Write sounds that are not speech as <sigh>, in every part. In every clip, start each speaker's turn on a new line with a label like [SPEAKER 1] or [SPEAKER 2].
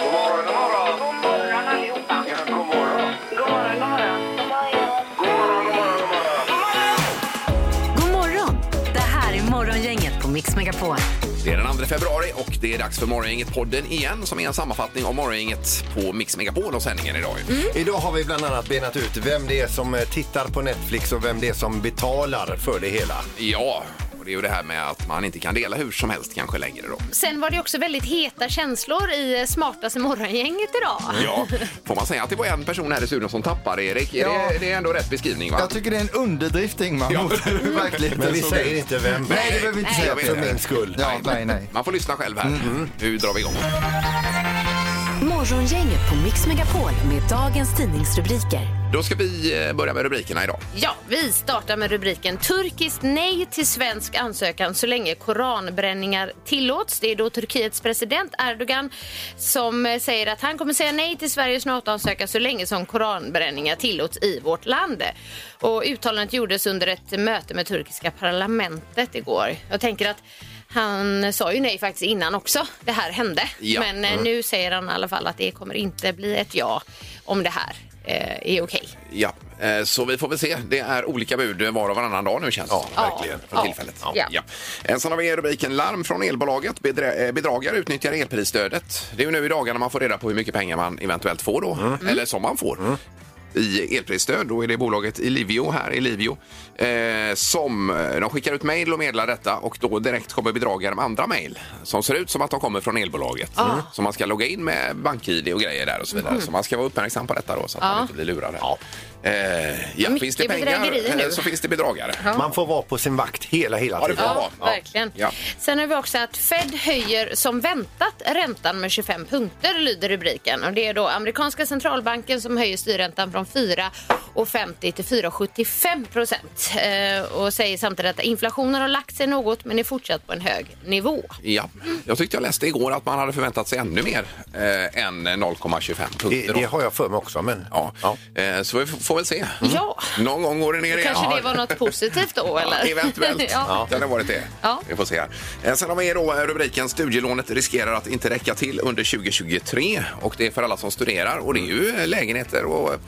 [SPEAKER 1] God morgon, god morgon.
[SPEAKER 2] God morgon allihopa.
[SPEAKER 1] Ja, god morgon.
[SPEAKER 2] God morgon, god morgon. God morgon.
[SPEAKER 1] God morgon, god morgon, god morgon.
[SPEAKER 3] God morgon! Det här är Morgongänget på Mix Megapol.
[SPEAKER 4] Det är den 2 februari och det är dags för Morgongänget-podden igen som är en sammanfattning av Morgongänget på Mix Megapol och sändningen idag.
[SPEAKER 5] Mm.
[SPEAKER 6] Idag har vi bland annat benat ut vem det är som eh, tittar på Netflix och vem det är som betalar för det hela.
[SPEAKER 4] Ja, och det är ju det här med att man inte kan dela hur som helst kanske längre då.
[SPEAKER 5] Mm.
[SPEAKER 7] Sen var det också väldigt heta känslor i eh, smartaste morgongänget idag.
[SPEAKER 4] Ja, får man säga att det var en person här i studion som tappade Erik? Är
[SPEAKER 5] Ja.
[SPEAKER 4] Det, det är ändå rätt beskrivning va?
[SPEAKER 5] Jag tycker det är en underdrift Ingmar
[SPEAKER 4] Ja.
[SPEAKER 5] mot <laughs> hur verkligheten
[SPEAKER 6] Men vi
[SPEAKER 5] såg
[SPEAKER 6] säger
[SPEAKER 5] ut.
[SPEAKER 6] inte vem.
[SPEAKER 5] Nej, det behöver vi inte
[SPEAKER 4] Nej,
[SPEAKER 5] säga.
[SPEAKER 4] jag vet
[SPEAKER 6] För
[SPEAKER 4] inte.
[SPEAKER 6] min skull.
[SPEAKER 5] Ja, nej, nej.
[SPEAKER 4] Man får lyssna själv här.
[SPEAKER 5] Mm.
[SPEAKER 4] Nu drar vi igång.
[SPEAKER 3] Morgongänget på Mix Megapol med dagens tidningsrubriker.
[SPEAKER 4] Då ska vi eh, börja med rubrikerna idag.
[SPEAKER 7] Ja, vi startar med rubriken Turkiskt nej till svensk ansökan så länge koranbränningar tillåts. Det är då Turkiets president Erdogan som eh, säger att han kommer säga nej till Sveriges NATO-ansökan så länge som koranbränningar tillåts i vårt land. Och uttalandet gjordes under ett möte med turkiska parlamentet igår. Jag tänker att han sa ju nej faktiskt innan också det här hände.
[SPEAKER 4] Ja.
[SPEAKER 7] Men eh, nu säger han i alla fall att det kommer inte bli ett ja om det här eh, är okej.
[SPEAKER 4] Ja, eh, så vi får väl se. Det är olika bud var och varannan dag nu känns det som.
[SPEAKER 7] Ja, verkligen.
[SPEAKER 4] För
[SPEAKER 7] Ja.
[SPEAKER 4] tillfället.
[SPEAKER 7] Ja.
[SPEAKER 4] Eh, Sen har vi rubriken Larm från elbolaget. Bedrä- eh, bedragare utnyttjar elprisstödet. Det är ju nu i dagarna man får reda på hur mycket pengar man eventuellt får då,
[SPEAKER 7] Mm.
[SPEAKER 4] eller som man får. i elprisstöd, då är det bolaget Elivio här, Elivio, eh, som eh, de skickar ut mejl och meddelar detta och då direkt kommer bedragare med andra mejl som ser ut som att de kommer från elbolaget.
[SPEAKER 7] Ah.
[SPEAKER 4] Mm. Så man ska logga in med bank-id och grejer där och så vidare.
[SPEAKER 7] Mm.
[SPEAKER 4] Så man ska vara uppmärksam på detta då så att
[SPEAKER 7] Ah.
[SPEAKER 4] man inte blir lurad. Ja. Eh, ja,
[SPEAKER 7] Mycket
[SPEAKER 4] finns det
[SPEAKER 7] bedrägerier
[SPEAKER 4] pengar
[SPEAKER 7] nu.
[SPEAKER 4] eh, så finns det bedragare.
[SPEAKER 6] Man får vara på sin vakt hela, hela
[SPEAKER 4] Ja, det
[SPEAKER 6] tiden.
[SPEAKER 4] får man vara.
[SPEAKER 7] Ja, verkligen.
[SPEAKER 4] Ja.
[SPEAKER 7] Sen har vi också att Fed höjer som väntat räntan med 25 punkter, lyder rubriken. Och det är då amerikanska centralbanken som höjer styrräntan från 4,50 till 4,75 procent. Eh, och säger samtidigt att inflationen har lagt sig något men är fortsatt på en hög nivå.
[SPEAKER 4] Ja. Jag tyckte jag läste igår att man hade förväntat sig ännu mer eh, än 0,25 punkter.
[SPEAKER 6] Det,
[SPEAKER 4] då.
[SPEAKER 6] det har jag för mig också. Men,
[SPEAKER 4] Ja. Eh, så vi f- får väl se.
[SPEAKER 7] Ja.
[SPEAKER 4] Någon gång går det ner igen.
[SPEAKER 7] Kanske det var något positivt då, eller?
[SPEAKER 4] <laughs> Ja, eventuellt.
[SPEAKER 7] <laughs> ja.
[SPEAKER 4] Det hade varit det.
[SPEAKER 7] Ja.
[SPEAKER 4] Vi får se här. Eh, Sen har vi då eh, rubriken Studielånet riskerar att inte räcka till under 2023 och det är för alla som studerar och det är ju
[SPEAKER 7] Mm.
[SPEAKER 4] eh, lägenheter och eh,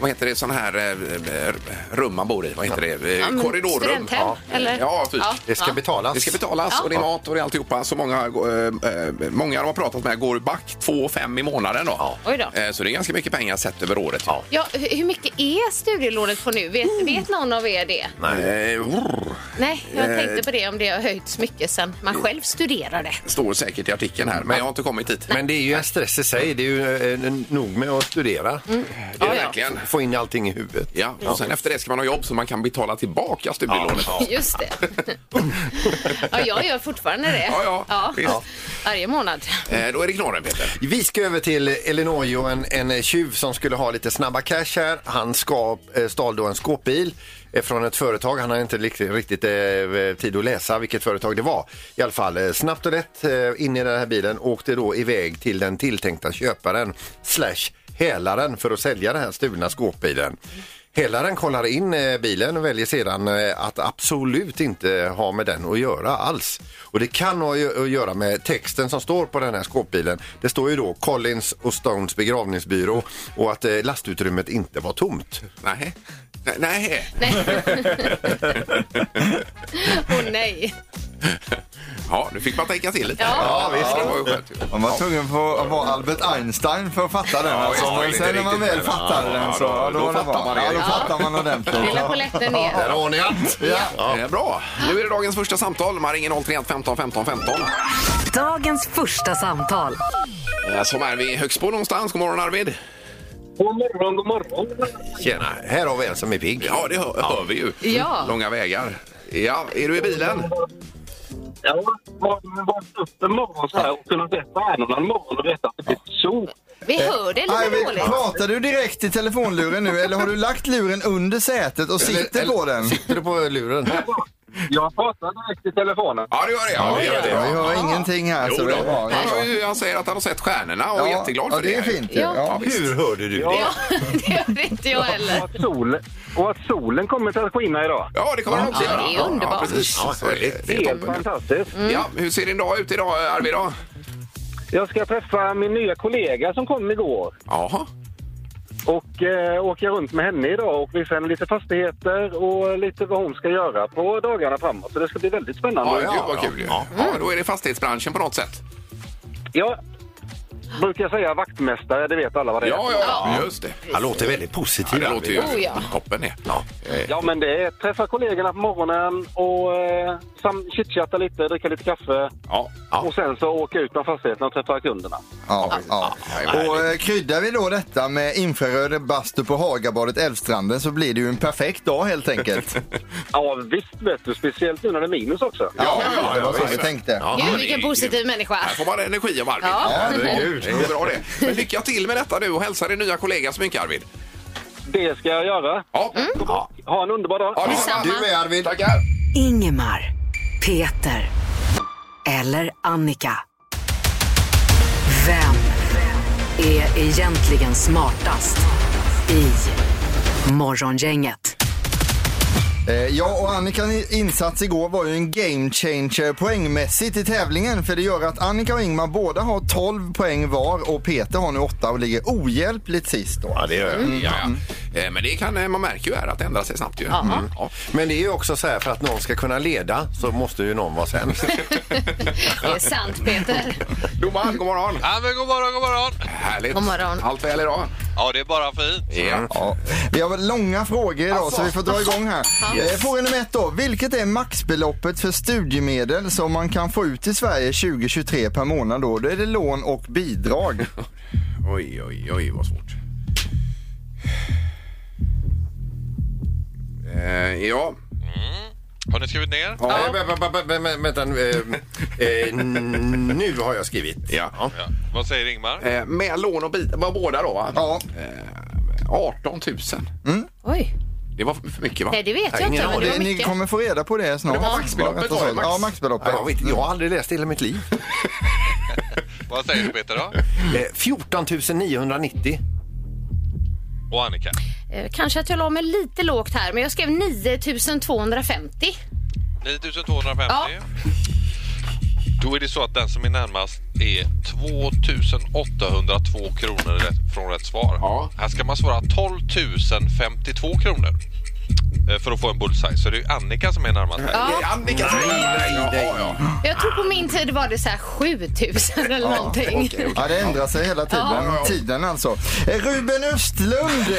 [SPEAKER 4] vad heter det, sån här eh, eh, rum man bor i? Vad heter det? Eh,
[SPEAKER 7] Ja, men
[SPEAKER 4] Korridorrum.
[SPEAKER 7] studenthem,
[SPEAKER 4] ja.
[SPEAKER 7] eller?
[SPEAKER 4] Ja, typ.
[SPEAKER 7] Ja.
[SPEAKER 6] Det ska betalas.
[SPEAKER 4] Det ska betalas
[SPEAKER 7] Ja.
[SPEAKER 4] och det är mat och det är alltihopa. Så många, eh, eh, många de har pratat med går back 2 5 i månaden då.
[SPEAKER 7] Oj då.
[SPEAKER 4] Eh, Så det är ganska mycket pengar sett över året. Ja.
[SPEAKER 7] Ja, hur hur mycket är studielånet på nu? Vet, vet någon av er det?
[SPEAKER 4] Eh,
[SPEAKER 7] Nej, jag tänkte på det om det har höjts mycket sen man själv studerade.
[SPEAKER 4] Står säkert i artikeln här, men jag har inte kommit dit.
[SPEAKER 6] Men det är ju en stress i sig. Det är ju eh, nog med att studera.
[SPEAKER 4] Det är
[SPEAKER 7] Ja, ja.
[SPEAKER 4] Eh, verkligen.
[SPEAKER 6] Få in allting i huvudet.
[SPEAKER 4] Mm. Ja, och sen efter det ska man ha jobb så man kan betala tillbaka studielånet. Ja,
[SPEAKER 7] Just det. ja, jag gör fortfarande det.
[SPEAKER 4] Ja, ja, visst.
[SPEAKER 7] Varje månad.
[SPEAKER 4] Eh, Då är det knorren, Peter.
[SPEAKER 6] Vi ska över till Elinojo, en, en tjuv som skulle ha lite snabba cash här. Han ska, eh, stal då en skåpbil eh, från ett företag. Han har inte riktigt, riktigt eh, tid att läsa vilket företag det var. I alla fall eh, snabbt och lätt eh, in i den här bilen åkte då iväg till den tilltänkta köparen slash hälaren för att sälja den här stulna skåpbilen. Hälaren kollar in eh, bilen och väljer sedan eh, att absolut inte ha med den att göra alls. Och det kan ha ju- att göra med texten som står på den här skåpbilen. Det står ju då Collins och Stones begravningsbyrå och att eh, lastutrymmet inte var tomt.
[SPEAKER 4] Nej. Nej, Nej.
[SPEAKER 7] Nej. Åh nej.
[SPEAKER 4] Ja, nu fick man tänka till lite.
[SPEAKER 7] Ja.
[SPEAKER 4] ja visst. Det var ju skönt.
[SPEAKER 5] Man var tvungen för att vara Albert Einstein för att fatta den. alltså.
[SPEAKER 4] just det,
[SPEAKER 5] Och
[SPEAKER 4] inte
[SPEAKER 5] sen när man
[SPEAKER 4] riktigt,
[SPEAKER 5] väl
[SPEAKER 4] men-
[SPEAKER 5] fattade
[SPEAKER 4] ja,
[SPEAKER 5] den så...
[SPEAKER 4] då-
[SPEAKER 5] ja,
[SPEAKER 4] då
[SPEAKER 5] var det
[SPEAKER 4] fattar
[SPEAKER 5] bra.
[SPEAKER 4] man det.
[SPEAKER 5] Ja, då fattar man
[SPEAKER 7] Lilla
[SPEAKER 5] ordentligt.
[SPEAKER 7] polletten ner.
[SPEAKER 6] Där har ni allt!
[SPEAKER 4] Eh, Bra. Nu är det dagens första samtal. Man ringer 031 15 15 15.
[SPEAKER 3] Dagens första samtal.
[SPEAKER 4] Eh, Som är vid Högsbo någonstans. God morgon Arvid.
[SPEAKER 8] God morgon, god morgon.
[SPEAKER 6] Tjena, här har vi en som är pigg.
[SPEAKER 4] Ja, det hör, hör vi ju.
[SPEAKER 7] Ja.
[SPEAKER 4] Långa vägar. Ja, är du i bilen?
[SPEAKER 8] Ja, man vaknar upp en morgon så här och kunna se stjärnorna en morgon och veta att det blir sol.
[SPEAKER 7] Vi hör det lite
[SPEAKER 5] Arvid,
[SPEAKER 7] dåligt.
[SPEAKER 5] pratar du direkt i telefonluren nu eller har du lagt luren under sätet och sitter på den?
[SPEAKER 6] Sitter du på luren?
[SPEAKER 8] Jag pratar direkt i telefonen.
[SPEAKER 4] Ja, det gör det. Ja, det gör det.
[SPEAKER 5] Vi
[SPEAKER 4] Ja.
[SPEAKER 5] hör ingenting här. Så
[SPEAKER 4] Jo
[SPEAKER 5] det är
[SPEAKER 4] då.
[SPEAKER 5] bra.
[SPEAKER 4] Han har ju- Han säger att han har sett stjärnorna och är jätteglad
[SPEAKER 5] ja,
[SPEAKER 4] för
[SPEAKER 5] det. är fint. ju.
[SPEAKER 7] Ja.
[SPEAKER 5] Ja.
[SPEAKER 6] Hur <laughs> hörde du det?
[SPEAKER 7] Ja, det hör inte jag heller.
[SPEAKER 8] Och att, sol, och att solen kommer att skina idag.
[SPEAKER 4] Ja, det kommer han också
[SPEAKER 7] Ja,
[SPEAKER 4] göra.
[SPEAKER 7] det är underbart.
[SPEAKER 4] Ja, precis.
[SPEAKER 6] Ja,
[SPEAKER 4] Så det, det är
[SPEAKER 8] Helt
[SPEAKER 4] toppen. Mm.
[SPEAKER 8] fantastiskt.
[SPEAKER 4] Ja, hur ser din dag ut idag, Arvid? Då?
[SPEAKER 8] Jag ska träffa min nya kollega som kom igår
[SPEAKER 4] Jaha.
[SPEAKER 8] och eh, åka runt med henne idag och visa henne lite fastigheter och lite vad hon ska göra på dagarna framåt. Så det ska bli väldigt spännande.
[SPEAKER 4] Ja, gud vad kul ju.
[SPEAKER 6] ja.
[SPEAKER 4] Ja, då är det fastighetsbranschen på något sätt.
[SPEAKER 8] Jag brukar säga vaktmästare, det vet alla vad det är.
[SPEAKER 4] Ja, ja, ja. just det.
[SPEAKER 6] Han låter väldigt
[SPEAKER 4] Ja,
[SPEAKER 6] positiv.
[SPEAKER 4] det låter ju
[SPEAKER 7] Oh, ja.
[SPEAKER 4] toppen det. Ja. Eh,
[SPEAKER 8] Ja, men det är träffa kollegorna på morgonen och eh, sam- chitchatta lite, dricka lite kaffe
[SPEAKER 4] Ja.
[SPEAKER 8] och sen så åka ut med fastigheten och träffa kunderna.
[SPEAKER 5] Ja, ja.
[SPEAKER 4] Ja.
[SPEAKER 5] Och eh, kryddar vi då detta med infraröd bastu på Hagabadet Älvstranden så blir det ju en perfekt dag helt enkelt.
[SPEAKER 8] Ja, visst vet du. Speciellt nu när det är minus också.
[SPEAKER 5] Ja,
[SPEAKER 4] ja,
[SPEAKER 5] det var så
[SPEAKER 4] ja,
[SPEAKER 5] vi
[SPEAKER 4] ja.
[SPEAKER 5] tänkte.
[SPEAKER 4] Ja,
[SPEAKER 7] Gud,
[SPEAKER 4] det
[SPEAKER 7] vilken
[SPEAKER 4] är
[SPEAKER 7] positiv
[SPEAKER 4] grymt.
[SPEAKER 7] människa.
[SPEAKER 4] Här får man energi av Arvid.
[SPEAKER 7] Ja.
[SPEAKER 4] herregud. Det är bra det. Men lycka till med detta nu och hälsa din nya kollega så mycket, Arvid.
[SPEAKER 8] Det ska jag göra.
[SPEAKER 4] Ja. Ja.
[SPEAKER 8] Ha en underbar dag.
[SPEAKER 4] Ja, det är samma.
[SPEAKER 7] Detsamma.
[SPEAKER 5] Du med Arvid.
[SPEAKER 4] Tackar.
[SPEAKER 3] Ingemar, Peter eller Annika. Vem är egentligen smartast i Morgongänget?
[SPEAKER 5] Eh, Ja, och Annikas insats igår var ju en game changer poängmässigt i tävlingen. För det gör att Annika och Ingmar båda har 12 poäng var och Peter har nu 8 och ligger ohjälpligt sist då.
[SPEAKER 6] Ja, det gör jag.
[SPEAKER 4] Mm. Ja, ja. Eh, Men det kan, eh, man märker ju här att det ändrar sig snabbt. Ju. Mm. Ja.
[SPEAKER 6] Men det är ju också så här, för att någon ska kunna leda så måste ju någon vara sämst.
[SPEAKER 7] Det är sant, Peter.
[SPEAKER 4] Domaren, god morgon!
[SPEAKER 9] Ja, men god morgon, god morgon.
[SPEAKER 4] Härligt!
[SPEAKER 7] God morgon.
[SPEAKER 4] Allt väl idag?
[SPEAKER 9] Ja, det är bara fint.
[SPEAKER 4] Ja.
[SPEAKER 5] Ja. Vi har väl långa frågor idag
[SPEAKER 4] Alltså.
[SPEAKER 5] så vi får dra igång här.
[SPEAKER 4] Yes.
[SPEAKER 5] Eh, Fråga nummer ett då. Vilket är maxbeloppet för studiemedel som man kan få ut i Sverige 2023 per månad då? Då är det lån och bidrag.
[SPEAKER 4] Oj, oj, oj, vad svårt. Eh, ja.
[SPEAKER 9] Har ni skrivit ner?
[SPEAKER 6] Nej, vä- vä- vä- vä- vä- Vänta, nu, eh, eh, n- nu har jag skrivit.
[SPEAKER 4] ja.
[SPEAKER 9] Ja. Vad säger Ingmar?
[SPEAKER 4] Eh, med lån och bidrag, var båda då va?
[SPEAKER 5] Ja.
[SPEAKER 4] Eh, 18 000.
[SPEAKER 7] Oj.
[SPEAKER 4] Det var för mycket va?
[SPEAKER 7] Nej, det vet
[SPEAKER 6] Nej,
[SPEAKER 7] jag
[SPEAKER 6] ingen
[SPEAKER 7] inte. Men det
[SPEAKER 6] aning.
[SPEAKER 7] var
[SPEAKER 5] Eh, Ni
[SPEAKER 7] mycket.
[SPEAKER 5] kommer få reda på det snart.
[SPEAKER 4] Det var maxbeloppet var det, max.
[SPEAKER 5] Ja, maxbeloppet.
[SPEAKER 6] Nej, Jag, vet, jag har aldrig läst i hela mitt liv.
[SPEAKER 9] <laughs> Vad säger du Peter då?
[SPEAKER 6] Eh, 14 990.
[SPEAKER 9] Och Annika?
[SPEAKER 7] Eh, Kanske att jag la mig lite lågt här, men jag skrev 9250.
[SPEAKER 9] 9250.
[SPEAKER 7] Ja.
[SPEAKER 9] Då är det så att den som är närmast är 2802 kronor rätt- från rätt svar.
[SPEAKER 4] Ja.
[SPEAKER 9] Här ska man svara 12 052 kronor eh, för att få en bullseye. Så det är ju Annika som är närmast här.
[SPEAKER 4] Det är Annika som nej, nej. Ja, ja.
[SPEAKER 7] Jag tror på min tid var det så här 7000 eller någonting.
[SPEAKER 5] Ja, det ändrar sig hela tiden.
[SPEAKER 4] Ja.
[SPEAKER 5] Tiden alltså. Eh, Ruben Östlund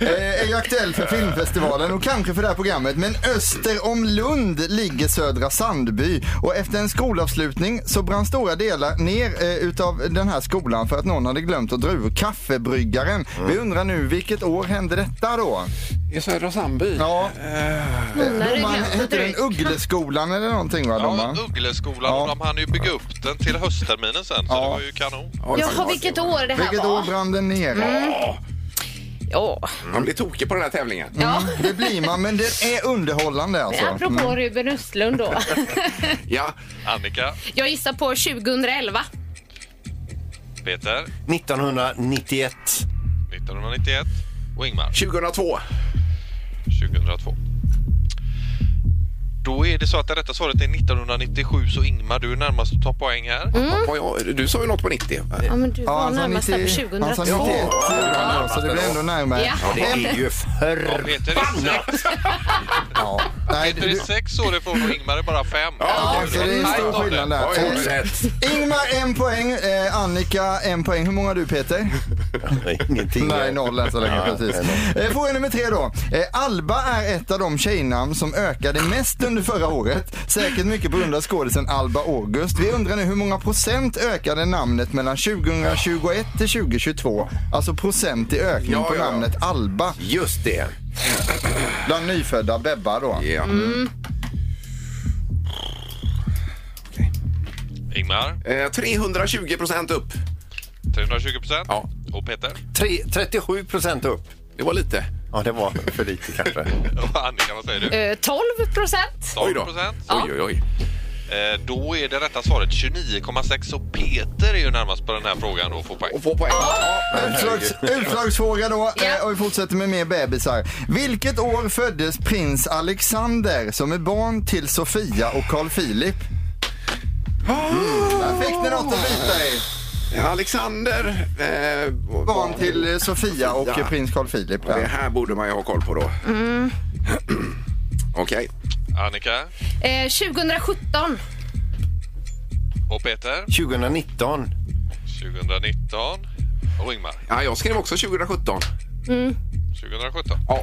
[SPEAKER 5] eh, är ju aktuell för filmfestivalen och kanske för det här programmet. Men öster om Lund ligger Södra Sandby och efter en skolavslutning så brann stora delar ner eh, utav den här skolan för att någon hade glömt att dra ur kaffebryggaren. Vi undrar nu, vilket år hände detta då?
[SPEAKER 4] I Södra Sandby?
[SPEAKER 5] Ja,
[SPEAKER 7] Någon hade
[SPEAKER 5] man,
[SPEAKER 7] glömt att
[SPEAKER 5] hette den
[SPEAKER 7] dricka.
[SPEAKER 5] Uggleskolan eller någonting va? de, va?
[SPEAKER 9] Ja, Uggleskolan.
[SPEAKER 5] Ja.
[SPEAKER 9] och De hann ju bygga upp den till höstterminen sen, så
[SPEAKER 5] Ja.
[SPEAKER 9] det var ju kanon.
[SPEAKER 4] Oj,
[SPEAKER 7] Jaha,
[SPEAKER 4] oj,
[SPEAKER 7] vilket år det här
[SPEAKER 5] Vilket år
[SPEAKER 7] var.
[SPEAKER 5] brann den ner?
[SPEAKER 7] Ja,
[SPEAKER 4] Man blir tokig på den här tävlingen.
[SPEAKER 7] ja.
[SPEAKER 5] Det blir man, men det är underhållande alltså.
[SPEAKER 7] Apropå Ruben Östlund då.
[SPEAKER 4] Ja.
[SPEAKER 9] Annika,
[SPEAKER 7] <laughs> Jag gissar på 2011.
[SPEAKER 9] Peter,
[SPEAKER 6] 1991.
[SPEAKER 9] 1991 och Ingmar.
[SPEAKER 4] 2002.
[SPEAKER 9] 2002. Då är det så att det rätta svaret är 1997 så Ingmar du är närmast att ta poäng här.
[SPEAKER 4] Vad jag- Du sa ju något på 90.
[SPEAKER 7] Ja, men du var
[SPEAKER 5] han sa
[SPEAKER 7] närmast där
[SPEAKER 5] 90
[SPEAKER 7] på
[SPEAKER 5] han sa
[SPEAKER 7] 2002.
[SPEAKER 5] 91, ja, så det blir ändå närmare.
[SPEAKER 7] Ja.
[SPEAKER 6] Det är ju
[SPEAKER 9] Ja,
[SPEAKER 6] förr.
[SPEAKER 9] Peter är, sex,
[SPEAKER 5] Ja. Nej,
[SPEAKER 9] <laughs> Peter är
[SPEAKER 5] du,
[SPEAKER 9] sex år ifrån och Ingmar är bara fem.
[SPEAKER 4] Ja,
[SPEAKER 5] så det är en
[SPEAKER 9] Tajt
[SPEAKER 5] stor
[SPEAKER 9] om det.
[SPEAKER 5] skillnad där.
[SPEAKER 4] Oj,
[SPEAKER 5] Fortsätt. Ingmar en poäng, eh, Annika en poäng. Hur många har du Peter?
[SPEAKER 6] Ingenting.
[SPEAKER 5] Nej, noll än så länge. precis. Eh, Fråga nummer tre då. Eh, Alba är ett av de tjejnamn som ökade mest under förra året. Säkert mycket på grund av skådisen Alba August. Vi undrar nu hur många procent ökade namnet mellan 2021 till 2022? Alltså procent i ökning
[SPEAKER 4] Ja,
[SPEAKER 5] på
[SPEAKER 4] ja, ja.
[SPEAKER 5] namnet Alba.
[SPEAKER 6] Just det.
[SPEAKER 5] Bland nyfödda bebbar då.
[SPEAKER 4] Ja.
[SPEAKER 9] Ingmar,
[SPEAKER 4] Eh, 320 procent upp.
[SPEAKER 9] 320 procent.
[SPEAKER 4] Ja.
[SPEAKER 9] Och Peter
[SPEAKER 6] Tre, 37 procent upp.
[SPEAKER 4] Det var lite.
[SPEAKER 6] Ja, det var för lite kanske.
[SPEAKER 9] och Annika, vad säger du?
[SPEAKER 7] Eh, 12 procent.
[SPEAKER 9] 12
[SPEAKER 4] då.
[SPEAKER 9] procent.
[SPEAKER 4] Oj, oj, oj.
[SPEAKER 9] Eh, då är det rätta svaret 29,6 och Peter är ju närmast på den här frågan och får poäng.
[SPEAKER 4] Och få poäng.
[SPEAKER 5] Utslags, utslagsfråga då
[SPEAKER 7] Ja.
[SPEAKER 5] eh, och vi fortsätter med mer bebisar. Vilket år föddes prins Alexander som är barn till Sofia och Carl Philip?
[SPEAKER 7] Ah!
[SPEAKER 5] Där fick ni något att bita i.
[SPEAKER 4] Alexander. Eh,
[SPEAKER 5] Barn till eh, Sofia och
[SPEAKER 4] Ja.
[SPEAKER 5] eh, prins Carl Philip. ja.
[SPEAKER 4] Det här borde man ju ha koll på då.
[SPEAKER 6] Mm.
[SPEAKER 4] Okej.
[SPEAKER 9] Annika
[SPEAKER 7] Eh, 2017.
[SPEAKER 9] och Peter.
[SPEAKER 6] 2019.
[SPEAKER 9] 2019 och Ingmar.
[SPEAKER 4] Ja, jag skrev också 2017.
[SPEAKER 9] 2017.
[SPEAKER 4] Ja.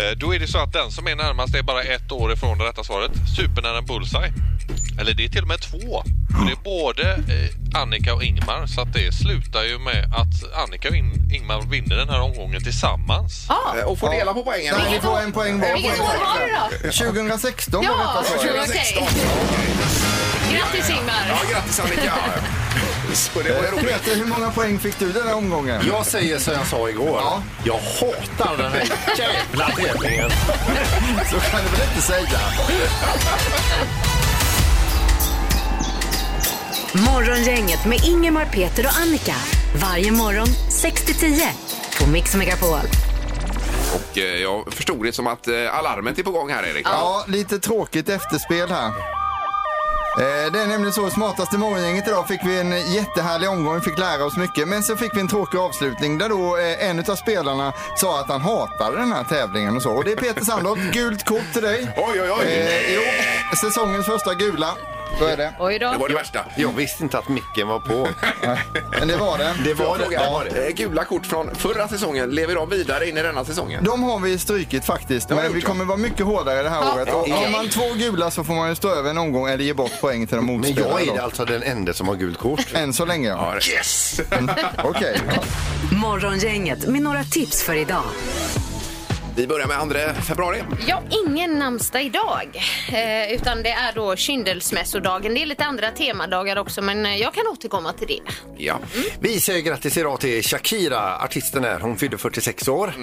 [SPEAKER 9] Eh, Då är det så att den som är närmast är bara ett år ifrån det rätta svaret. Supernära en bullseye. Eller det är till och med två. För det är både eh, Annika och Ingmar. Så att det slutar ju med att Annika och In- Ingmar vinner den här omgången tillsammans.
[SPEAKER 7] Ah,
[SPEAKER 4] Eh, Och får dela på poängen.
[SPEAKER 5] Nej, ni får en poäng var.
[SPEAKER 7] vilket år var det då?
[SPEAKER 5] 2016 var
[SPEAKER 7] Ja,
[SPEAKER 5] detta så.
[SPEAKER 7] okej.
[SPEAKER 4] 2016.
[SPEAKER 7] Grattis
[SPEAKER 4] Ja,
[SPEAKER 7] Ingmar!
[SPEAKER 4] grattis Annika. Så det var ju roligt.
[SPEAKER 5] Peter, hur många poäng fick du den här omgången?
[SPEAKER 6] Jag säger som jag sa igår.
[SPEAKER 5] Ja.
[SPEAKER 6] Jag hatar den här jävla tävlingen.
[SPEAKER 5] Så kan du väl inte säga?
[SPEAKER 3] Morgongänget med Ingemar, Peter och Annika. Varje morgon 6 till 10 på Mix Megapol.
[SPEAKER 4] Och eh, jag förstod det som att eh, alarmet är på gång här, Erik.
[SPEAKER 5] Ja, lite tråkigt efterspel här. Eh, Det är nämligen så, smartaste morgongänget idag fick vi en jättehärlig omgång, vi fick lära oss mycket. Men så fick vi en tråkig avslutning där då eh, en av spelarna sa att han hatade den här tävlingen och så. Och det är Peter Sandholt, <laughs> gult kort till dig.
[SPEAKER 4] Oj, oj, oj.
[SPEAKER 5] Eh, jo, säsongens första gula. Så är det.
[SPEAKER 7] Oj
[SPEAKER 4] Det
[SPEAKER 7] då.
[SPEAKER 4] var det värsta.
[SPEAKER 6] Jag visste inte att micken var <laughs> på.
[SPEAKER 5] Men det var det.
[SPEAKER 6] Det var
[SPEAKER 4] Jag
[SPEAKER 6] det.
[SPEAKER 4] frågar,
[SPEAKER 6] Ja,
[SPEAKER 4] eh, Gula kort från förra säsongen, lever de vidare in i denna säsongen?
[SPEAKER 5] De har vi strykit faktiskt,
[SPEAKER 4] har
[SPEAKER 5] men
[SPEAKER 4] gjort,
[SPEAKER 5] vi
[SPEAKER 4] ja.
[SPEAKER 5] kommer vara mycket hårdare det här
[SPEAKER 7] Ja,
[SPEAKER 5] året. Och
[SPEAKER 7] okej.
[SPEAKER 5] Har man två gula så får man ju stå över en omgång eller ge bort poäng till de
[SPEAKER 6] Men
[SPEAKER 5] motståndare.
[SPEAKER 6] jag är det
[SPEAKER 5] då.
[SPEAKER 6] alltså den enda som har gult kort.
[SPEAKER 5] Än så länge ja.
[SPEAKER 4] Yes!
[SPEAKER 5] Okej.
[SPEAKER 3] Morgongänget med några tips för idag.
[SPEAKER 4] Vi börjar med 2 februari.
[SPEAKER 7] Ja, ingen namnsdag idag. Eh, utan det är då kyndelsmässodagen. Det är lite andra temadagar också men eh, jag kan återkomma till det.
[SPEAKER 4] Ja.
[SPEAKER 6] Vi säger grattis idag till Shakira, artisten här. Hon fyllde 46 år.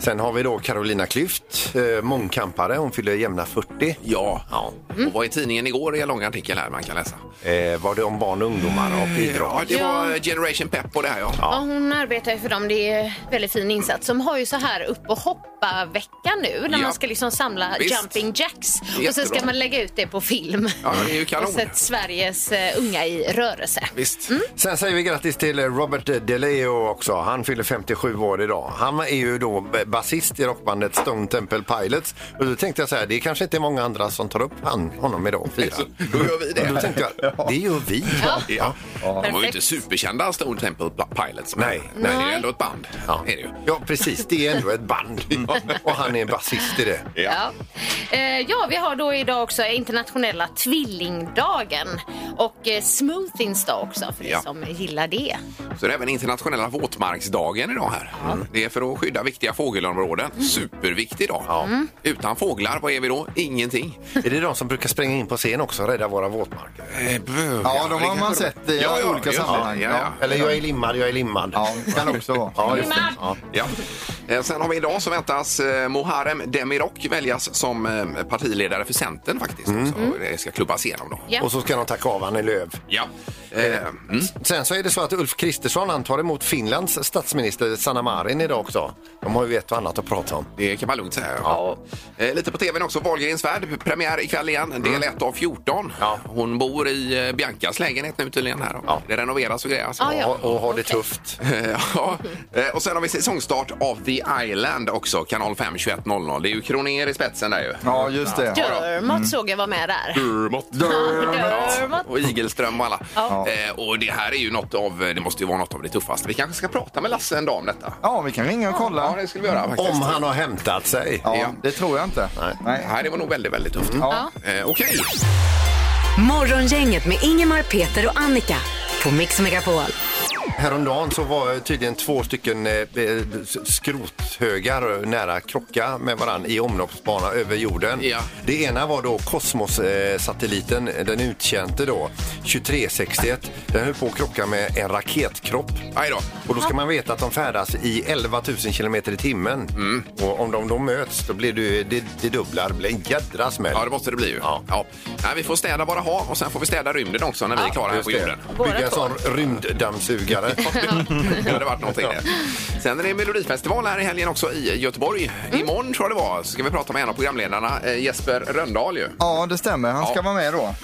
[SPEAKER 6] Sen har vi då Carolina Klüft, eh, mångkampare. Hon fyller jämna 40.
[SPEAKER 4] Ja. Och vad är tidningen igår? Det är en lång artikel här man kan läsa.
[SPEAKER 6] Eh, var det om barn och ungdomar och
[SPEAKER 4] Mm, Ja,
[SPEAKER 6] idrott?
[SPEAKER 4] det var eh, Generation Pep och det här ja.
[SPEAKER 7] Ja. hon arbetar ju för dem. Det är en väldigt fin insats. De har ju så här upp och hoppa-vecka nu där
[SPEAKER 4] Ja.
[SPEAKER 7] man ska liksom samla
[SPEAKER 4] Visst.
[SPEAKER 7] jumping jacks.
[SPEAKER 4] Jättebra.
[SPEAKER 7] Och sen ska man lägga ut det på film.
[SPEAKER 4] Ja, det Mm. är ju kanon.
[SPEAKER 7] <laughs> Och sätt Sveriges eh, unga i rörelse.
[SPEAKER 4] Visst.
[SPEAKER 6] Sen säger vi grattis till Robert DeLeo också. Han fyller 57 år idag. Han är ju då basist i rockbandet Stone Temple Pilots. Och då tänkte jag så här, det är kanske inte många andra som tar upp han, honom idag och firar.
[SPEAKER 4] Då gör vi
[SPEAKER 6] Då
[SPEAKER 4] det.
[SPEAKER 6] tänkte jag, det gör vi.
[SPEAKER 4] Ja. De var ju
[SPEAKER 7] Perfekt.
[SPEAKER 4] inte superkända Stone Temple Pilots.
[SPEAKER 6] Nej,
[SPEAKER 4] Men
[SPEAKER 6] nej.
[SPEAKER 4] det är ju ändå ett band.
[SPEAKER 6] Ja.
[SPEAKER 4] Är det ju.
[SPEAKER 6] ja, precis. Det är ändå ett band. Och han är basist i det.
[SPEAKER 7] Ja. Eh, ja, vi har då idag också internationella tvillingdagen och eh, smoothies dag också för
[SPEAKER 4] Ja.
[SPEAKER 7] er som gillar det.
[SPEAKER 4] Så det är även internationella våtmarksdagen idag här. Det är för att skydda viktiga fågelområden. Superviktig dag. Utan fåglar, vad är vi då? Ingenting.
[SPEAKER 6] Är det de som brukar spränga in på scen också och rädda våra våtmarker?
[SPEAKER 5] Ja, de har man sett i
[SPEAKER 4] Ja, ja,
[SPEAKER 5] olika
[SPEAKER 4] just det.
[SPEAKER 5] sammanhang.
[SPEAKER 4] Ja, ja.
[SPEAKER 6] Eller jag är limmad, jag är limmad.
[SPEAKER 5] Ja, kan också vara.
[SPEAKER 6] Ja, just det. Ja.
[SPEAKER 4] Ja. Eh, Sen har vi idag så väntas eh, Muharrem Demirok väljas som eh, partiledare för Centern faktiskt. Så det ska klubbas igenom då.
[SPEAKER 7] Ja.
[SPEAKER 6] Och så ska de tacka av han i löv.
[SPEAKER 4] Ja. Eh, mm.
[SPEAKER 6] Sen så är det så att Ulf Kristersson han tar emot Finlands statsminister Sanna Marin idag också. De har ju ett och annat att prata om.
[SPEAKER 4] Det kan man lugnt säga. Ja. Eh, Lite på tvn också, Wahlgrens värld, premiär ikväll igen, del 1 av 14.
[SPEAKER 6] Ja.
[SPEAKER 4] Hon bor i eh, Biancas lägenhet nu tydligen här.
[SPEAKER 6] Ja.
[SPEAKER 4] Det renoveras och grejas.
[SPEAKER 7] Ja, ja.
[SPEAKER 6] Och, och har det tufft.
[SPEAKER 4] Eh, <laughs> Ja, Eh, och sen har vi säsongstart av The Island också, kanal 5 21.00. Det är ju Kroner i spetsen där ju.
[SPEAKER 5] Ja, just det.
[SPEAKER 7] Dermot
[SPEAKER 4] Mm.
[SPEAKER 7] såg jag var med där.
[SPEAKER 4] Dermot.
[SPEAKER 7] Dermot.
[SPEAKER 4] Och Igelström och alla.
[SPEAKER 7] Ja.
[SPEAKER 4] Eh, och det här är ju något av, eh, det måste ju vara något av det tuffaste. Vi kanske ska prata med Lasse en dag om detta.
[SPEAKER 5] Ja, vi kan ringa och
[SPEAKER 4] Ja,
[SPEAKER 5] kolla.
[SPEAKER 4] det skulle vi göra faktiskt.
[SPEAKER 6] Om han har hämtat sig.
[SPEAKER 5] Ja, det tror jag inte. Nej.
[SPEAKER 4] Nej, det var nog väldigt, väldigt tufft.
[SPEAKER 5] Ja.
[SPEAKER 4] Eh, Okej,
[SPEAKER 3] Morgongänget med Ingemar, Peter och Annika på Mix Megapol.
[SPEAKER 6] Häromdagen så var tydligen två stycken eh, eh, s- skrothögar nära krocka med varann i omloppsbana över jorden.
[SPEAKER 4] Ja.
[SPEAKER 6] Det ena var då Kosmos-satelliten, eh, den uttjänte då 2361. Den höll på att krocka med en raketkropp.
[SPEAKER 4] Aj då.
[SPEAKER 6] Och då ska man veta att de färdas i 11 000 kilometer i timmen.
[SPEAKER 4] Mm.
[SPEAKER 6] Och om de då möts då blir det, ju- det, det dubblar, det blir en jädra smäll.
[SPEAKER 4] Ja, det måste det bli ju.
[SPEAKER 6] Ja.
[SPEAKER 4] Nej, vi får städa våra hav och sen får vi städa rymden också när vi är klara här
[SPEAKER 6] Just
[SPEAKER 4] på
[SPEAKER 6] det.
[SPEAKER 4] jorden.
[SPEAKER 6] Bygga en sån rymddammsugare.
[SPEAKER 4] det hade varit någonting det. Sen är det Melodifestival här i helgen också i Göteborg. Imorgon tror jag det var, så ska vi prata med en av programledarna, eh, Jesper Röndahl ju.
[SPEAKER 5] Ja, det stämmer. Han ska
[SPEAKER 4] Ja.
[SPEAKER 5] vara med då.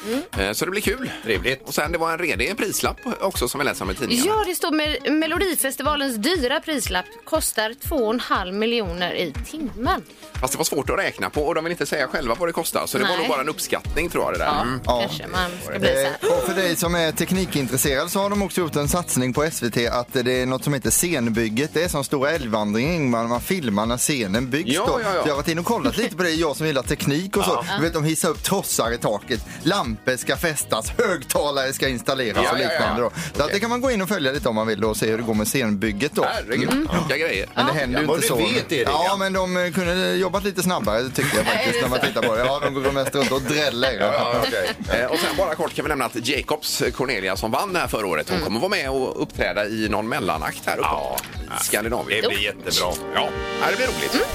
[SPEAKER 4] Eh, Så det blir kul. Trevligt. Och sen det var en redig prislapp också som vi läser om i tidningarna.
[SPEAKER 7] Ja, det står med Melodifestivalens dyra prislapp kostar 2,5 miljoner i timmen.
[SPEAKER 4] Fast det var svårt att räkna på och de vill inte säga själva vad det kostar. Så det var
[SPEAKER 7] Nej.
[SPEAKER 4] nog bara en uppskattning tror jag det där.
[SPEAKER 7] Ja,
[SPEAKER 4] Mm.
[SPEAKER 7] kanske man ska bli så här.
[SPEAKER 5] Eh, och för dig som är teknikintresserad så har de också gjort en satsning på SVT att det är något som heter scenbygget. Det är som Stora älgvandringen, man, man filmar när scenen byggs.
[SPEAKER 4] Ja,
[SPEAKER 5] då.
[SPEAKER 4] ja, ja.
[SPEAKER 5] Så jag har varit inne och kollat lite på det, jag som gillar teknik och så. Du vet, de hissar upp trossar i taket, lampor ska fästas, högtalare ska installeras
[SPEAKER 4] Ja,
[SPEAKER 5] och
[SPEAKER 4] ja, ja.
[SPEAKER 5] liknande. Då. Så att
[SPEAKER 4] Okej.
[SPEAKER 5] det kan man gå in och följa lite om man vill då, och se hur det går med scenbygget då.
[SPEAKER 4] Herregud, vilka grejer.
[SPEAKER 5] Men det händer ju
[SPEAKER 6] vad
[SPEAKER 5] inte så.
[SPEAKER 6] du vet, Erik.
[SPEAKER 5] ja, men de eh, kunde jobbat lite snabbare tycker jag faktiskt när man tittar på det. Ja, de går mest runt och dräller.
[SPEAKER 6] Ja, okej.
[SPEAKER 4] Eh, Och sen bara kort kan vi nämna att Jacobs eh, Cornelia som vann det här förra året, hon kommer vara med och uppträda i någon mellanakt här uppe ja. i Skandinavien.
[SPEAKER 6] Det blir jättebra.
[SPEAKER 4] Ja, det blir roligt.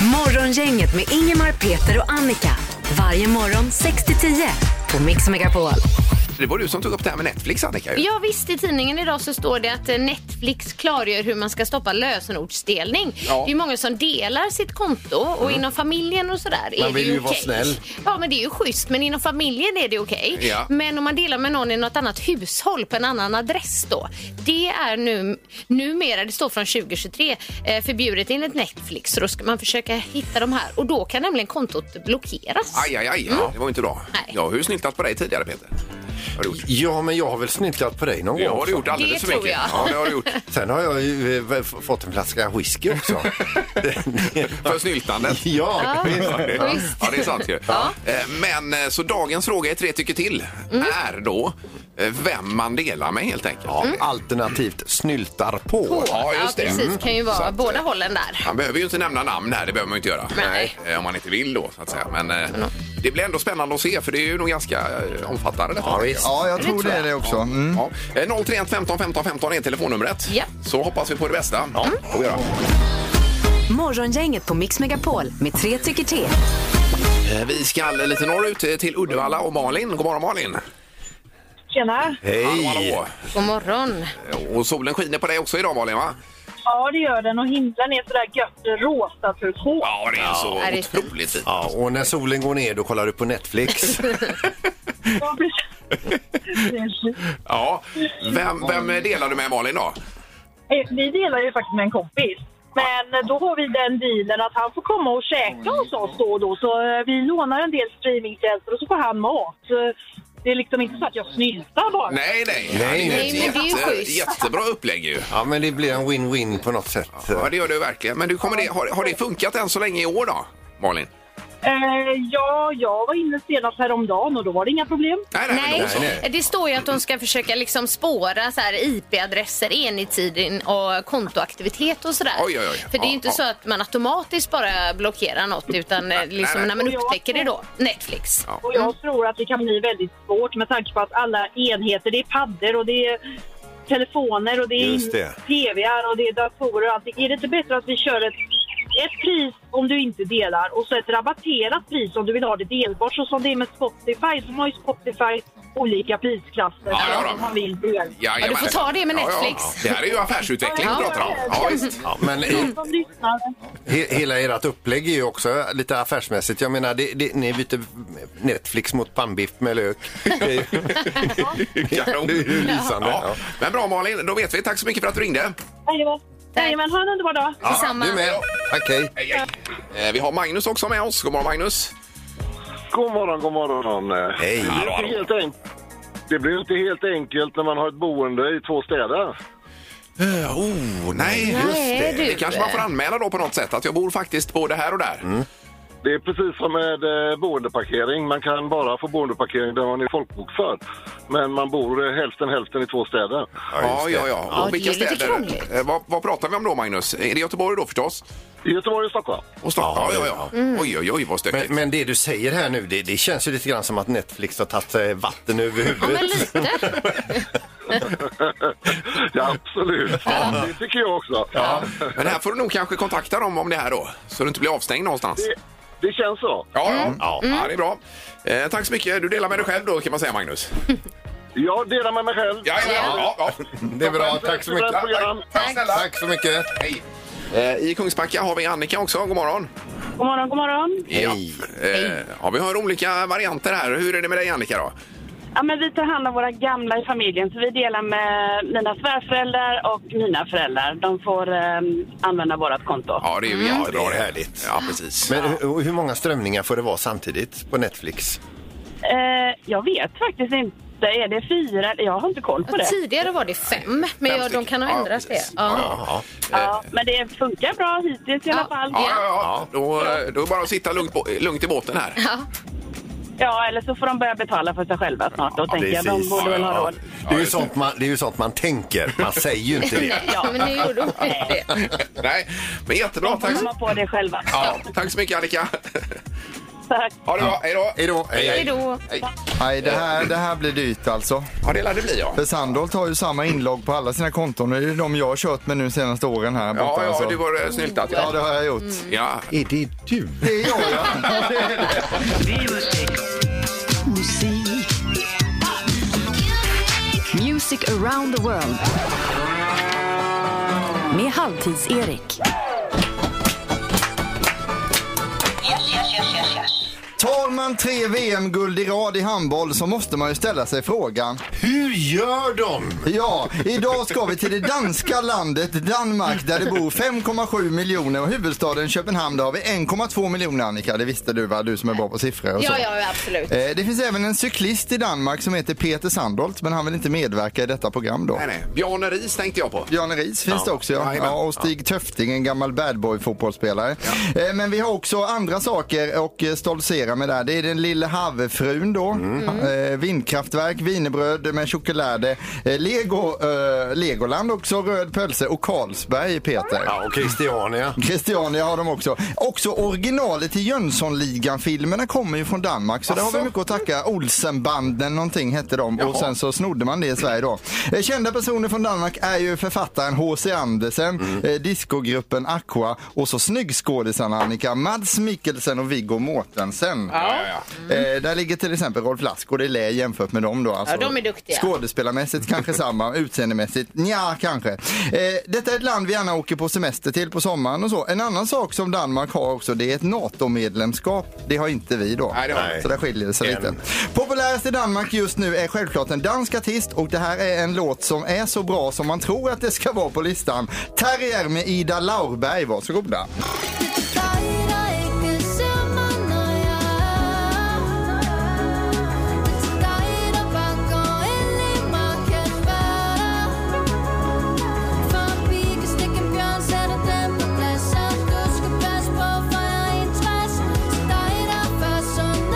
[SPEAKER 3] Morgongänget med Ingemar, Peter och Annika. Varje morgon 6 till 10 på Mix Megapol.
[SPEAKER 4] Det var du som tog upp det här med Netflix Annika. ju.
[SPEAKER 7] Ja visst, i tidningen idag så står det att eh, Netflix klargör hur man ska stoppa lösenordsdelning.
[SPEAKER 4] Ja. Mm.
[SPEAKER 7] Det är många som delar sitt konto och inom familjen och sådär är
[SPEAKER 6] vill
[SPEAKER 7] det
[SPEAKER 6] ju vara
[SPEAKER 7] okej.
[SPEAKER 6] snäll.
[SPEAKER 7] Ja men det är ju schysst, men inom familjen är det okej.
[SPEAKER 4] Ja.
[SPEAKER 7] Men om man delar med någon i något annat hushåll på en annan adress då. Det är nu, numera, det står från 2023, eh, förbjudet enligt Netflix. Så då ska man försöka hitta de här och då kan nämligen kontot blockeras.
[SPEAKER 4] Aj, aj, aj. Det var ju inte bra.
[SPEAKER 7] Nej.
[SPEAKER 4] Jag har ju snyltat på dig tidigare Peter. Har du gjort?
[SPEAKER 6] Ja, men jag har väl snyltat på dig någon
[SPEAKER 4] Det
[SPEAKER 6] gång.
[SPEAKER 4] har
[SPEAKER 6] också.
[SPEAKER 4] du gjort alldeles
[SPEAKER 7] Det
[SPEAKER 4] för
[SPEAKER 7] tror
[SPEAKER 4] mycket.
[SPEAKER 7] jag.
[SPEAKER 4] Ja, det har du gjort.
[SPEAKER 6] Sen har jag ju eh, f- fått en flaska whisky
[SPEAKER 4] <laughs>
[SPEAKER 6] också. <laughs>
[SPEAKER 4] För snyltandet.
[SPEAKER 6] ja,
[SPEAKER 7] Ja, visst.
[SPEAKER 4] Ja, det är sant ju. Eh, Men eh, så dagens fråga i Tre tycker till är då eh, vem man delar med helt enkelt.
[SPEAKER 6] ja, Mm. alternativt snyltar på.
[SPEAKER 4] Ja, just det.
[SPEAKER 7] Ja, precis.
[SPEAKER 4] Mm.
[SPEAKER 7] kan ju
[SPEAKER 4] Så
[SPEAKER 7] vara
[SPEAKER 4] att,
[SPEAKER 7] båda
[SPEAKER 4] eh,
[SPEAKER 7] hållen där.
[SPEAKER 4] Han behöver ju inte nämna namn här, det behöver man ju inte göra.
[SPEAKER 7] Nej.
[SPEAKER 4] Eh, Om man inte vill då, så att säga. Men eh, det blir ändå spännande att se, för det är ju nog ganska eh, omfattande detta.
[SPEAKER 6] Ja, visst.
[SPEAKER 5] Ja, jag tror det är det också. Mm.
[SPEAKER 4] Ja. Eh, 031 15 15 15 är telefonnumret.
[SPEAKER 7] Ja.
[SPEAKER 4] Så hoppas vi på det bästa. Ja. får vi göra.
[SPEAKER 3] Morgongänget på Mix Megapol med tre tycker till.
[SPEAKER 4] Eh, Vi ska lite norrut eh, till Uddevalla och Malin. God morgon Malin!
[SPEAKER 2] Tjena.
[SPEAKER 6] Hej!
[SPEAKER 4] Hallå.
[SPEAKER 7] God morgon.
[SPEAKER 4] Eh, Och solen skiner på dig också idag Malin va?
[SPEAKER 2] Ja, det gör den och himlen är sådär gött rosa turkos.
[SPEAKER 4] Ja, det är så
[SPEAKER 7] Ja, det är fint.
[SPEAKER 4] otroligt fint.
[SPEAKER 6] Ja, och när solen går ner då kollar du på
[SPEAKER 4] <laughs>
[SPEAKER 6] Netflix.
[SPEAKER 2] Ja, precis.
[SPEAKER 4] Ja. Vem, vem delar du med Malin då?
[SPEAKER 2] Eh, Vi delar ju faktiskt med en kompis. Men eh, då har vi den dealen att han får komma och käka hos oss då och då. Så eh, vi lånar en del streamingtjänster och så får han mat. Så Det är liksom inte så att jag snyltar bara.
[SPEAKER 4] Nej, nej.
[SPEAKER 6] Nej,
[SPEAKER 4] det är ju
[SPEAKER 6] nej.
[SPEAKER 4] ett
[SPEAKER 7] Nej, men det är ju
[SPEAKER 4] jätte-
[SPEAKER 7] schysst.
[SPEAKER 4] Jättebra upplägg ju.
[SPEAKER 6] Ja, men det blir en win-win på något sätt.
[SPEAKER 4] Ja, det gör du verkligen. Men du, kommer det, har, har det funkat än så länge i år då, Malin?
[SPEAKER 2] Eh, ja, jag var inne senast häromdagen och då var det inga problem.
[SPEAKER 4] Nej, men
[SPEAKER 7] Nej,
[SPEAKER 4] då så.
[SPEAKER 7] det står ju att de ska försöka liksom spåra så här IP-adresser in i tiden och kontoaktivitet och sådär.
[SPEAKER 4] Oj, oj, oj.
[SPEAKER 7] För det är ju
[SPEAKER 4] Ja,
[SPEAKER 7] inte
[SPEAKER 4] ja.
[SPEAKER 7] så att man automatiskt bara blockerar något utan eh, liksom
[SPEAKER 4] nej.
[SPEAKER 7] när man
[SPEAKER 2] Och jag-
[SPEAKER 7] upptäcker det då, Netflix.
[SPEAKER 4] Ja.
[SPEAKER 2] Och jag tror att det kan bli väldigt svårt med tanke på att alla enheter, det är paddor och det är telefoner och det
[SPEAKER 6] Just
[SPEAKER 2] är
[SPEAKER 6] det.
[SPEAKER 2] tvr och det är datorer och allting. Är det inte bättre att vi kör ett, ett pris om du inte delar och så ett rabatterat pris om du vill ha det delbart så som det är med Spotify så har ju Spotify olika prisklasser
[SPEAKER 4] Ja, ja,
[SPEAKER 2] för
[SPEAKER 4] ja.
[SPEAKER 2] om man vill dela.
[SPEAKER 7] Ja, du får
[SPEAKER 4] Jajamän.
[SPEAKER 7] ta det med Netflix.
[SPEAKER 4] Ja, ja. Det här är ju affärsutveckling vi
[SPEAKER 7] Ja.
[SPEAKER 4] pratar om. Ja, visst.
[SPEAKER 6] Ja, men eh,
[SPEAKER 2] Som lyssnare.
[SPEAKER 6] he, hela ert upplägg är ju också lite affärsmässigt. Jag menar, det, det, ni byter Netflix mot pannbiff med lök. Det är ju-
[SPEAKER 4] Kanon.
[SPEAKER 6] det är ju lysande.
[SPEAKER 4] Ja.
[SPEAKER 6] Ja.
[SPEAKER 4] Men bra Malin, då vet vi. Tack så mycket för att du ringde.
[SPEAKER 2] Jajamän. Jajamän, ha en underbar dag.
[SPEAKER 7] Detsamma.
[SPEAKER 6] Du med. Tack, hej.
[SPEAKER 4] Hej, hej. Eh, Vi har Magnus också med oss. God morgon Magnus.
[SPEAKER 8] God morgon, god morgon.
[SPEAKER 6] Hej.
[SPEAKER 8] Det blir inte helt enkelt. Det blir inte helt enkelt när man har ett boende i två städer.
[SPEAKER 4] Oh, nej.
[SPEAKER 7] Nej,
[SPEAKER 4] Det
[SPEAKER 7] du.
[SPEAKER 4] kanske man får anmäla då på något sätt, att jag bor faktiskt både här och där.
[SPEAKER 8] Det är precis som med eh, boendeparkering. Man kan bara få boendeparkering där man är folkbokförd. Men man bor eh, hälften hälften i två städer.
[SPEAKER 4] Ja, ja, ja.
[SPEAKER 7] Ja,
[SPEAKER 4] Och
[SPEAKER 7] det
[SPEAKER 4] vilka
[SPEAKER 7] är lite
[SPEAKER 4] städer?
[SPEAKER 7] krångligt.
[SPEAKER 4] Eh, Vad, vad pratar vi om då Magnus? Är det Göteborg då förstås?
[SPEAKER 8] I Göteborg och Stockholm.
[SPEAKER 4] Och Stockholm? Ja, ja, ja. Oj, oj, oj, vad stökigt.
[SPEAKER 6] Men, men det du säger här nu, det, det känns ju lite grann som att Netflix har tagit eh, vatten över
[SPEAKER 7] Ja, men
[SPEAKER 6] huvudet.
[SPEAKER 4] <laughs>
[SPEAKER 7] lite.
[SPEAKER 8] <laughs> ja, absolut. Det tycker jag också.
[SPEAKER 4] Men här får du nog kanske kontakta dem om det här då, så du inte blir avstängd någonstans.
[SPEAKER 8] Det, det känns så.
[SPEAKER 4] Ja, ja. ja det är bra. Eh, tack så mycket. Du delar med dig själv då kan man säga Magnus.
[SPEAKER 8] Jag delar med mig själv.
[SPEAKER 4] Ja, ja, ja, ja, ja.
[SPEAKER 6] Det är bra, tack så mycket.
[SPEAKER 4] Tack, tack, tack snälla.
[SPEAKER 6] Tack så mycket.
[SPEAKER 4] Hej. Eh, I Kungsbacka har vi Annika också. God morgon.
[SPEAKER 2] God morgon, god morgon.
[SPEAKER 6] Hej.
[SPEAKER 4] Eh, ja, vi har olika varianter här. Hur är det med dig Annika då?
[SPEAKER 2] Ja, men vi tar hand om våra gamla i familjen så vi delar med mina svärföräldrar och mina föräldrar. De får eh, använda vårt konto.
[SPEAKER 4] Ja, det är ju jättebra.
[SPEAKER 6] Mm. Ja, det är
[SPEAKER 4] det.
[SPEAKER 6] härligt.
[SPEAKER 4] Ja, precis.
[SPEAKER 6] Men hur, hur många strömningar får det vara samtidigt på Netflix?
[SPEAKER 2] Eh, jag vet faktiskt inte. Är det fyra? Jag har inte koll på
[SPEAKER 7] Ja,
[SPEAKER 2] det.
[SPEAKER 7] tidigare var det fem, men
[SPEAKER 4] Fem
[SPEAKER 7] jag, de kan
[SPEAKER 4] stycken.
[SPEAKER 7] ha
[SPEAKER 4] Ja,
[SPEAKER 7] ändrat det.
[SPEAKER 4] precis.
[SPEAKER 7] Ja.
[SPEAKER 6] Ja.
[SPEAKER 2] Ja, men det funkar bra hittills i alla
[SPEAKER 7] Ja.
[SPEAKER 2] fall.
[SPEAKER 4] Eh, Ja, ja, ja. Då, eh, då är det bara att sitta lugnt, på, lugnt i
[SPEAKER 6] <laughs>
[SPEAKER 4] båten här.
[SPEAKER 2] Ja, eller så får de börja betala för sig själva snart. Då tänker jag, de
[SPEAKER 6] precis.
[SPEAKER 2] borde väl ha råd.
[SPEAKER 6] Det är ju sånt man, det är ju sånt man tänker. Man säger ju inte det.
[SPEAKER 2] <laughs>
[SPEAKER 7] Ja, men nu gjorde hon det.
[SPEAKER 4] Nej, men jättebra.
[SPEAKER 2] Då
[SPEAKER 4] Tack,
[SPEAKER 2] kommer man på det själva.
[SPEAKER 4] ja, tack så mycket Annika.
[SPEAKER 2] Tack.
[SPEAKER 4] Ha det bra. Hej då.
[SPEAKER 6] Hej då. Hej,
[SPEAKER 7] Hej då.
[SPEAKER 4] Hej.
[SPEAKER 5] Nej, det här, det här blir dyrt alltså.
[SPEAKER 4] Ja, det lär det bli ja.
[SPEAKER 5] För Sandholt har ju samma inlogg på alla sina konton. Det är ju de jag har kört med nu de senaste åren här borta.
[SPEAKER 4] Ja, Mm. ja,
[SPEAKER 5] alltså.
[SPEAKER 4] du har eh, snyltat.
[SPEAKER 5] ja, det
[SPEAKER 4] Ja.
[SPEAKER 5] har jag gjort.
[SPEAKER 4] Ja.
[SPEAKER 6] Är det du?
[SPEAKER 5] Det är jag, ja. Det är det.
[SPEAKER 3] Music around the world. Med Halvtids-Erik.
[SPEAKER 5] Tar man tre VM-guld i rad i handboll så måste man ju ställa sig frågan.
[SPEAKER 6] Hur gör de?
[SPEAKER 5] Ja, idag ska vi till det danska landet Danmark där det bor 5,7 miljoner och huvudstaden Köpenhamn där har vi 1,2 miljoner Annika. Det visste du va? Du som är bra på siffror och så.
[SPEAKER 7] Ja, ja, absolut.
[SPEAKER 5] Eh, Det finns även en cyklist i Danmark som heter Peter Sandholt men han vill inte medverka i detta program då.
[SPEAKER 4] Nej, nej. Bjarne Riis tänkte jag på.
[SPEAKER 5] Björn Riis finns det också ja.
[SPEAKER 4] Jajamän.
[SPEAKER 5] ja och Stig Töfting, en gammal badboy fotbollsspelare. Eh, Men vi har också andra saker och eh, stoltsera med där. Det är den lille havfrun då. Eh, Vindkraftverk, vinerbröd med choklad. eh, Lego, eh, Legoland också, röd pölse och Carlsberg Peter.
[SPEAKER 6] Ja, och Christiania.
[SPEAKER 5] <laughs> Christiania har de också. Också originalet till Jönssonligan-filmerna kommer ju från Danmark så där har vi mycket att tacka. Olsenbanden någonting hette de och sen så snodde man det i Sverige då. Eh, Kända personer från Danmark är ju författaren H.C. Andersen, eh, discogruppen Aqua och så snyggskådisarna Annika Mads Mikkelsen och Viggo Mortensen.
[SPEAKER 4] ja.
[SPEAKER 5] Eh, där ligger till exempel Rolf Lask och det är lä jämfört med dem då. Alltså,
[SPEAKER 7] Ja, de är duktiga.
[SPEAKER 5] Skådespelarmässigt kanske samma, <laughs> utseendemässigt ja kanske. Eh, detta är ett land vi gärna åker på semester till på sommaren och så. En annan sak som Danmark har också det är ett NATO-medlemskap. Det har inte vi då.
[SPEAKER 4] Nej, det har vi Ehm.
[SPEAKER 6] inte.
[SPEAKER 5] Så där skiljer det sig
[SPEAKER 6] Än.
[SPEAKER 5] lite. Populärast i Danmark just nu är självklart en dansk artist och det här är en låt som är så bra som man tror att det ska vara på listan. Terrier med Ida Laurberg, varsågoda.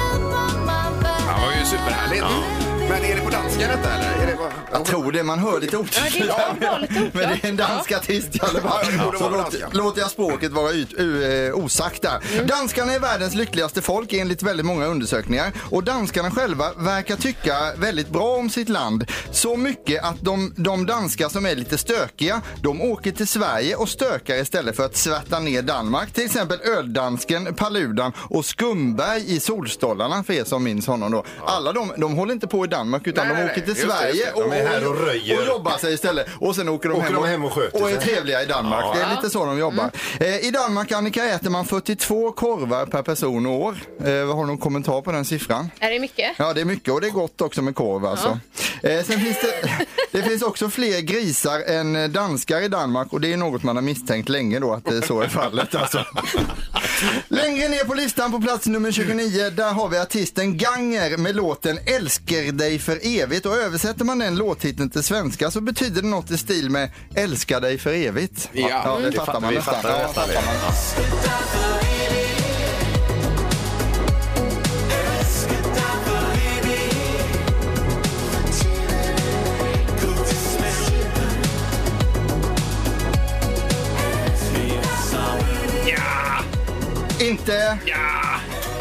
[SPEAKER 4] Ja, det var ju superhärligt. Men är det på danska detta eller? Är det bara...
[SPEAKER 5] Jag tror det, man hör lite otydligt.
[SPEAKER 7] Ja, det var lite oklart.
[SPEAKER 5] Men det är en dansk artist i alla fall.
[SPEAKER 4] Ja, det borde
[SPEAKER 5] Så
[SPEAKER 4] vara
[SPEAKER 5] låt,
[SPEAKER 4] danska.
[SPEAKER 5] låter jag språket vara ut, u, eh, osagt där. Danskarna är världens lyckligaste folk enligt väldigt många undersökningar. Och danskarna själva verkar tycka väldigt bra om sitt land. Så mycket att de, de danskar som är lite stökiga, de åker till Sverige och stökar istället för att svärta ner Danmark. Till exempel öldansken, Paludan och Skumberg i Solstollarna för er som minns honom då. Alla de, de håller inte på i Danmark utan
[SPEAKER 4] Nej,
[SPEAKER 5] de
[SPEAKER 4] nej,
[SPEAKER 5] åker till
[SPEAKER 4] just det,
[SPEAKER 5] Sverige
[SPEAKER 4] just det.
[SPEAKER 6] De är här och röjer.
[SPEAKER 5] och jobbar sig istället. Och sen åker de,
[SPEAKER 6] Åker de hem och sköter
[SPEAKER 5] Och är
[SPEAKER 6] sig. Mm.
[SPEAKER 5] trevliga i Danmark. Det är lite så de jobbar. Eh, I Danmark, Annika, äter man 42 korvar per person och år. Eh, vad har du någon kommentar på den siffran?
[SPEAKER 7] Är det mycket?
[SPEAKER 5] Ja, det är mycket och det är gott också med korv alltså. Eh, sen finns det, det finns också fler grisar än eh, danskar i Danmark och det är något man har misstänkt länge då att det är så är fallet alltså. Längre ner på listan på plats nummer 29 där har vi artisten Ganger med låten Älskar dig för evigt och översätter man den låttiteln till svenska så betyder det något i stil med Älskar dig för evigt.
[SPEAKER 4] Ja,
[SPEAKER 5] det, fattar man
[SPEAKER 6] vi
[SPEAKER 5] nästan.
[SPEAKER 6] fattar
[SPEAKER 5] Ja,
[SPEAKER 6] nästan det.
[SPEAKER 5] fattar man.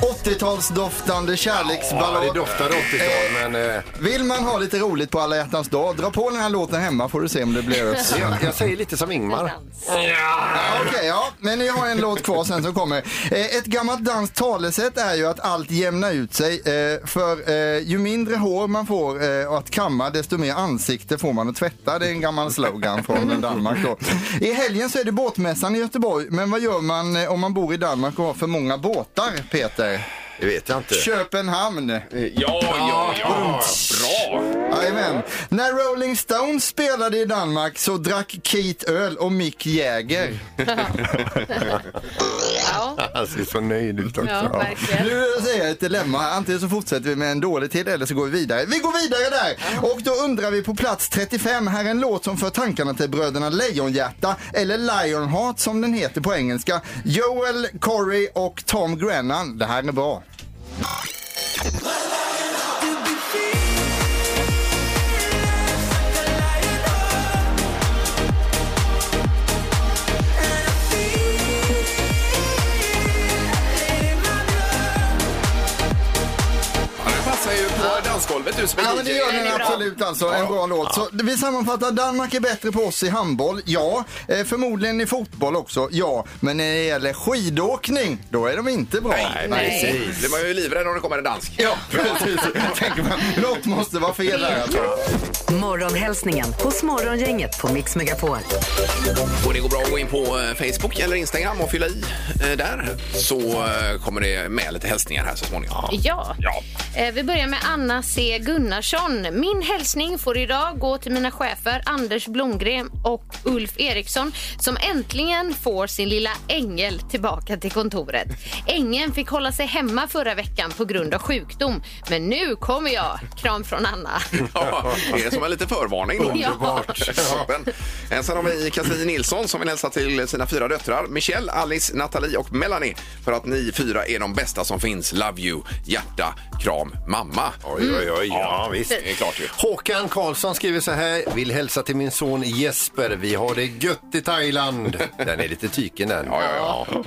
[SPEAKER 5] 80-talsdoftande
[SPEAKER 6] Ja,
[SPEAKER 5] kärleksballad.
[SPEAKER 6] det doftar 80-tal, men eh,
[SPEAKER 5] Vill man ha lite roligt på alla hjärtans dag, dra på den här låten hemma får du se om det blir
[SPEAKER 6] <laughs>
[SPEAKER 5] ös.
[SPEAKER 6] jag, jag säger lite som Ingmar.
[SPEAKER 5] Ja, Okej, ja. Men jag har en låt kvar sen som kommer. Eh, Ett gammalt danskt talesätt är ju att allt jämnar ut sig. eh, För eh, ju mindre hår man får eh, att kamma, desto mer ansikte får man att tvätta. Det är en gammal slogan från Danmark då. I helgen så är det båtmässan i Göteborg. Men vad gör man eh, om man bor i Danmark och har för många båtar, Peter?
[SPEAKER 6] Det vet jag inte.
[SPEAKER 5] Köpenhamn.
[SPEAKER 4] Ja, ja, ja. Bra!
[SPEAKER 5] Jajamän. När Rolling Stones spelade i Danmark så drack Keith öl och Mick Jagger.
[SPEAKER 7] Ja,
[SPEAKER 6] Han ser så nöjd ut också.
[SPEAKER 7] ja verkligen.
[SPEAKER 5] Nu säger jag ett dilemma. Antingen så fortsätter vi med en dålig till eller så går vi vidare. Vi går vidare där! Och då undrar vi på plats 35. Här är en låt som för tankarna till bröderna Lejonhjärta, eller Lionheart som den heter på engelska. Joel, Corey och Tom Grennan. Det här är bra.
[SPEAKER 4] Ja, det passar ju på dansgolvet du som är
[SPEAKER 5] Ja, men det
[SPEAKER 4] DJ.
[SPEAKER 5] gör
[SPEAKER 7] är
[SPEAKER 5] den
[SPEAKER 7] bra.
[SPEAKER 5] absolut alltså. En bra låt. Så vi sammanfattar. Danmark är bättre på oss i handboll, ja. Eh, förmodligen i fotboll också, ja. Men när det gäller skidåkning, då är de inte bra.
[SPEAKER 4] Nej, precis. Det var ju livrädd om det kommer en dansk.
[SPEAKER 5] Ja, precis. Jag tänker man, något måste vara fel där alltså.
[SPEAKER 3] Morgonhälsningen hos Morgongänget på Mix Megapol.
[SPEAKER 4] Och det går bra att gå in på eh, Facebook eller Instagram och fylla i eh, där. Så eh, kommer det med lite hälsningar här så småningom.
[SPEAKER 7] Ja.
[SPEAKER 4] Ja.
[SPEAKER 7] Eh, Vi börjar med Anna C Gunnarsson. Min hälsning får idag gå till mina chefer Anders Blomgren och Ulf Eriksson som äntligen får sin lilla ängel tillbaka till kontoret. Ängeln fick hålla sig hemma förra veckan på grund av sjukdom, men nu kommer jag. Kram från Anna.
[SPEAKER 4] <laughs> Ja, det är som en liten förvarning då.
[SPEAKER 7] Underbart.
[SPEAKER 4] Toppen. Eh, Sen har vi Katrin Nilsson som vill hälsa till sina fyra döttrar Michelle, Alice, Nathalie och Melanie för att ni fyra är de bästa som finns. Love you, hjärta, kram, mamma. Mm.
[SPEAKER 6] Oj, oj, oj. Ja, visst.
[SPEAKER 4] Det är klart ju.
[SPEAKER 6] Håkan Karlsson skriver så här. Vill hälsa till min son Jesper. Vi har det gött i Thailand. Den är lite tyken den.
[SPEAKER 4] Ja, ja, ja.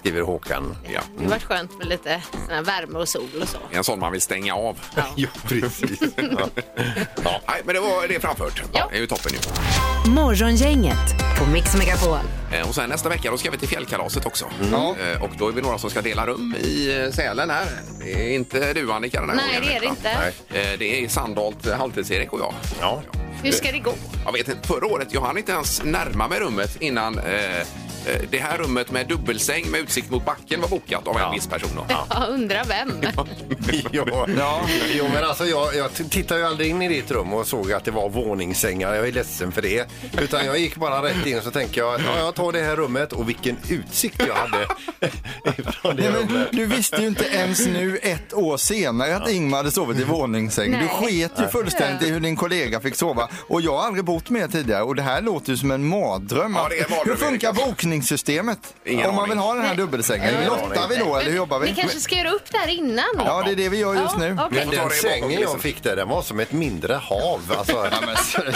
[SPEAKER 6] Skriver Håkan.
[SPEAKER 4] ja.
[SPEAKER 7] Det var skönt med lite sån här värme och sol och så.
[SPEAKER 4] En sån man vill stänga av.
[SPEAKER 6] Ja, precis. Ja.
[SPEAKER 4] <laughs> Ja. Nej, men det var det är framfört.
[SPEAKER 7] Ja.
[SPEAKER 4] Det är ju toppen ju.
[SPEAKER 3] Morgongänget på Mix Megapol.
[SPEAKER 4] Eh, Och sen nästa vecka då ska vi till fjällkalaset också.
[SPEAKER 6] Mm.
[SPEAKER 5] Ja.
[SPEAKER 4] Eh, Och då är vi några som ska dela rum i eh, Sälen här. Det är inte du Annika den här
[SPEAKER 7] Nej,
[SPEAKER 4] gången,
[SPEAKER 7] det är det
[SPEAKER 4] va?
[SPEAKER 7] inte.
[SPEAKER 4] Eh, Det är Sandholt, eh, Halvtids-Erik och jag.
[SPEAKER 6] Ja.
[SPEAKER 7] Hur ska det gå?
[SPEAKER 4] Jag vet inte, förra året jag hann inte ens närma mig rummet innan eh, eh, det här rummet med dubbelsäng med utsikt mot backen var bokat av en viss person. Då.
[SPEAKER 7] Ja, undrar vem?
[SPEAKER 6] Ja. Jo, men alltså, jag, jag t- tittade ju aldrig in i ditt rum och såg att det var våningssängar. Jag är ledsen för det. Utan jag gick bara rätt in och så tänkte jag, ja, jag tar det här rummet och vilken utsikt jag hade <laughs> ifrån det
[SPEAKER 5] Nej, men
[SPEAKER 6] rummet.
[SPEAKER 5] du visste ju inte ens nu ett år senare att Ingmar hade sovit i våningssäng. Du
[SPEAKER 7] Nej.
[SPEAKER 5] sket ju fullständigt i hur din kollega fick sova. Och jag har aldrig bott med er tidigare och det här låter ju som en mardröm.
[SPEAKER 4] Ja, det är en mardröm,
[SPEAKER 5] hur funkar
[SPEAKER 4] Erik.
[SPEAKER 5] bokningssystemet?
[SPEAKER 4] Ingen
[SPEAKER 5] Om man
[SPEAKER 4] aning.
[SPEAKER 5] vill ha den här dubbelsängen, lottar vi då eller hur jobbar
[SPEAKER 7] Vi
[SPEAKER 5] vi?
[SPEAKER 7] kanske ska göra upp där innan?
[SPEAKER 5] Ja, det är det vi gör just nu.
[SPEAKER 7] Ja, okej.
[SPEAKER 6] Men den
[SPEAKER 4] det bakom liksom?
[SPEAKER 6] sängen
[SPEAKER 4] kulissen.
[SPEAKER 6] jag fick där, den var som ett mindre hav. Alltså,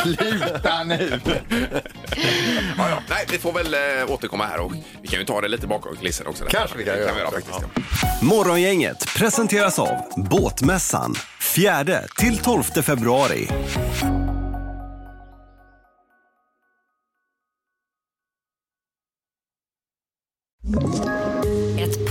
[SPEAKER 5] Sluta nu!
[SPEAKER 4] Ja, ja. Nej, vi får väl eh, återkomma här och vi kan ju ta det lite bakom kulissen också.
[SPEAKER 6] Kanske vi kan
[SPEAKER 4] det kan vi
[SPEAKER 6] göra.
[SPEAKER 4] göra faktiskt. Ja.
[SPEAKER 10] Morgongänget presenteras av Båtmässan 4 till 12 februari.
[SPEAKER 11] Ett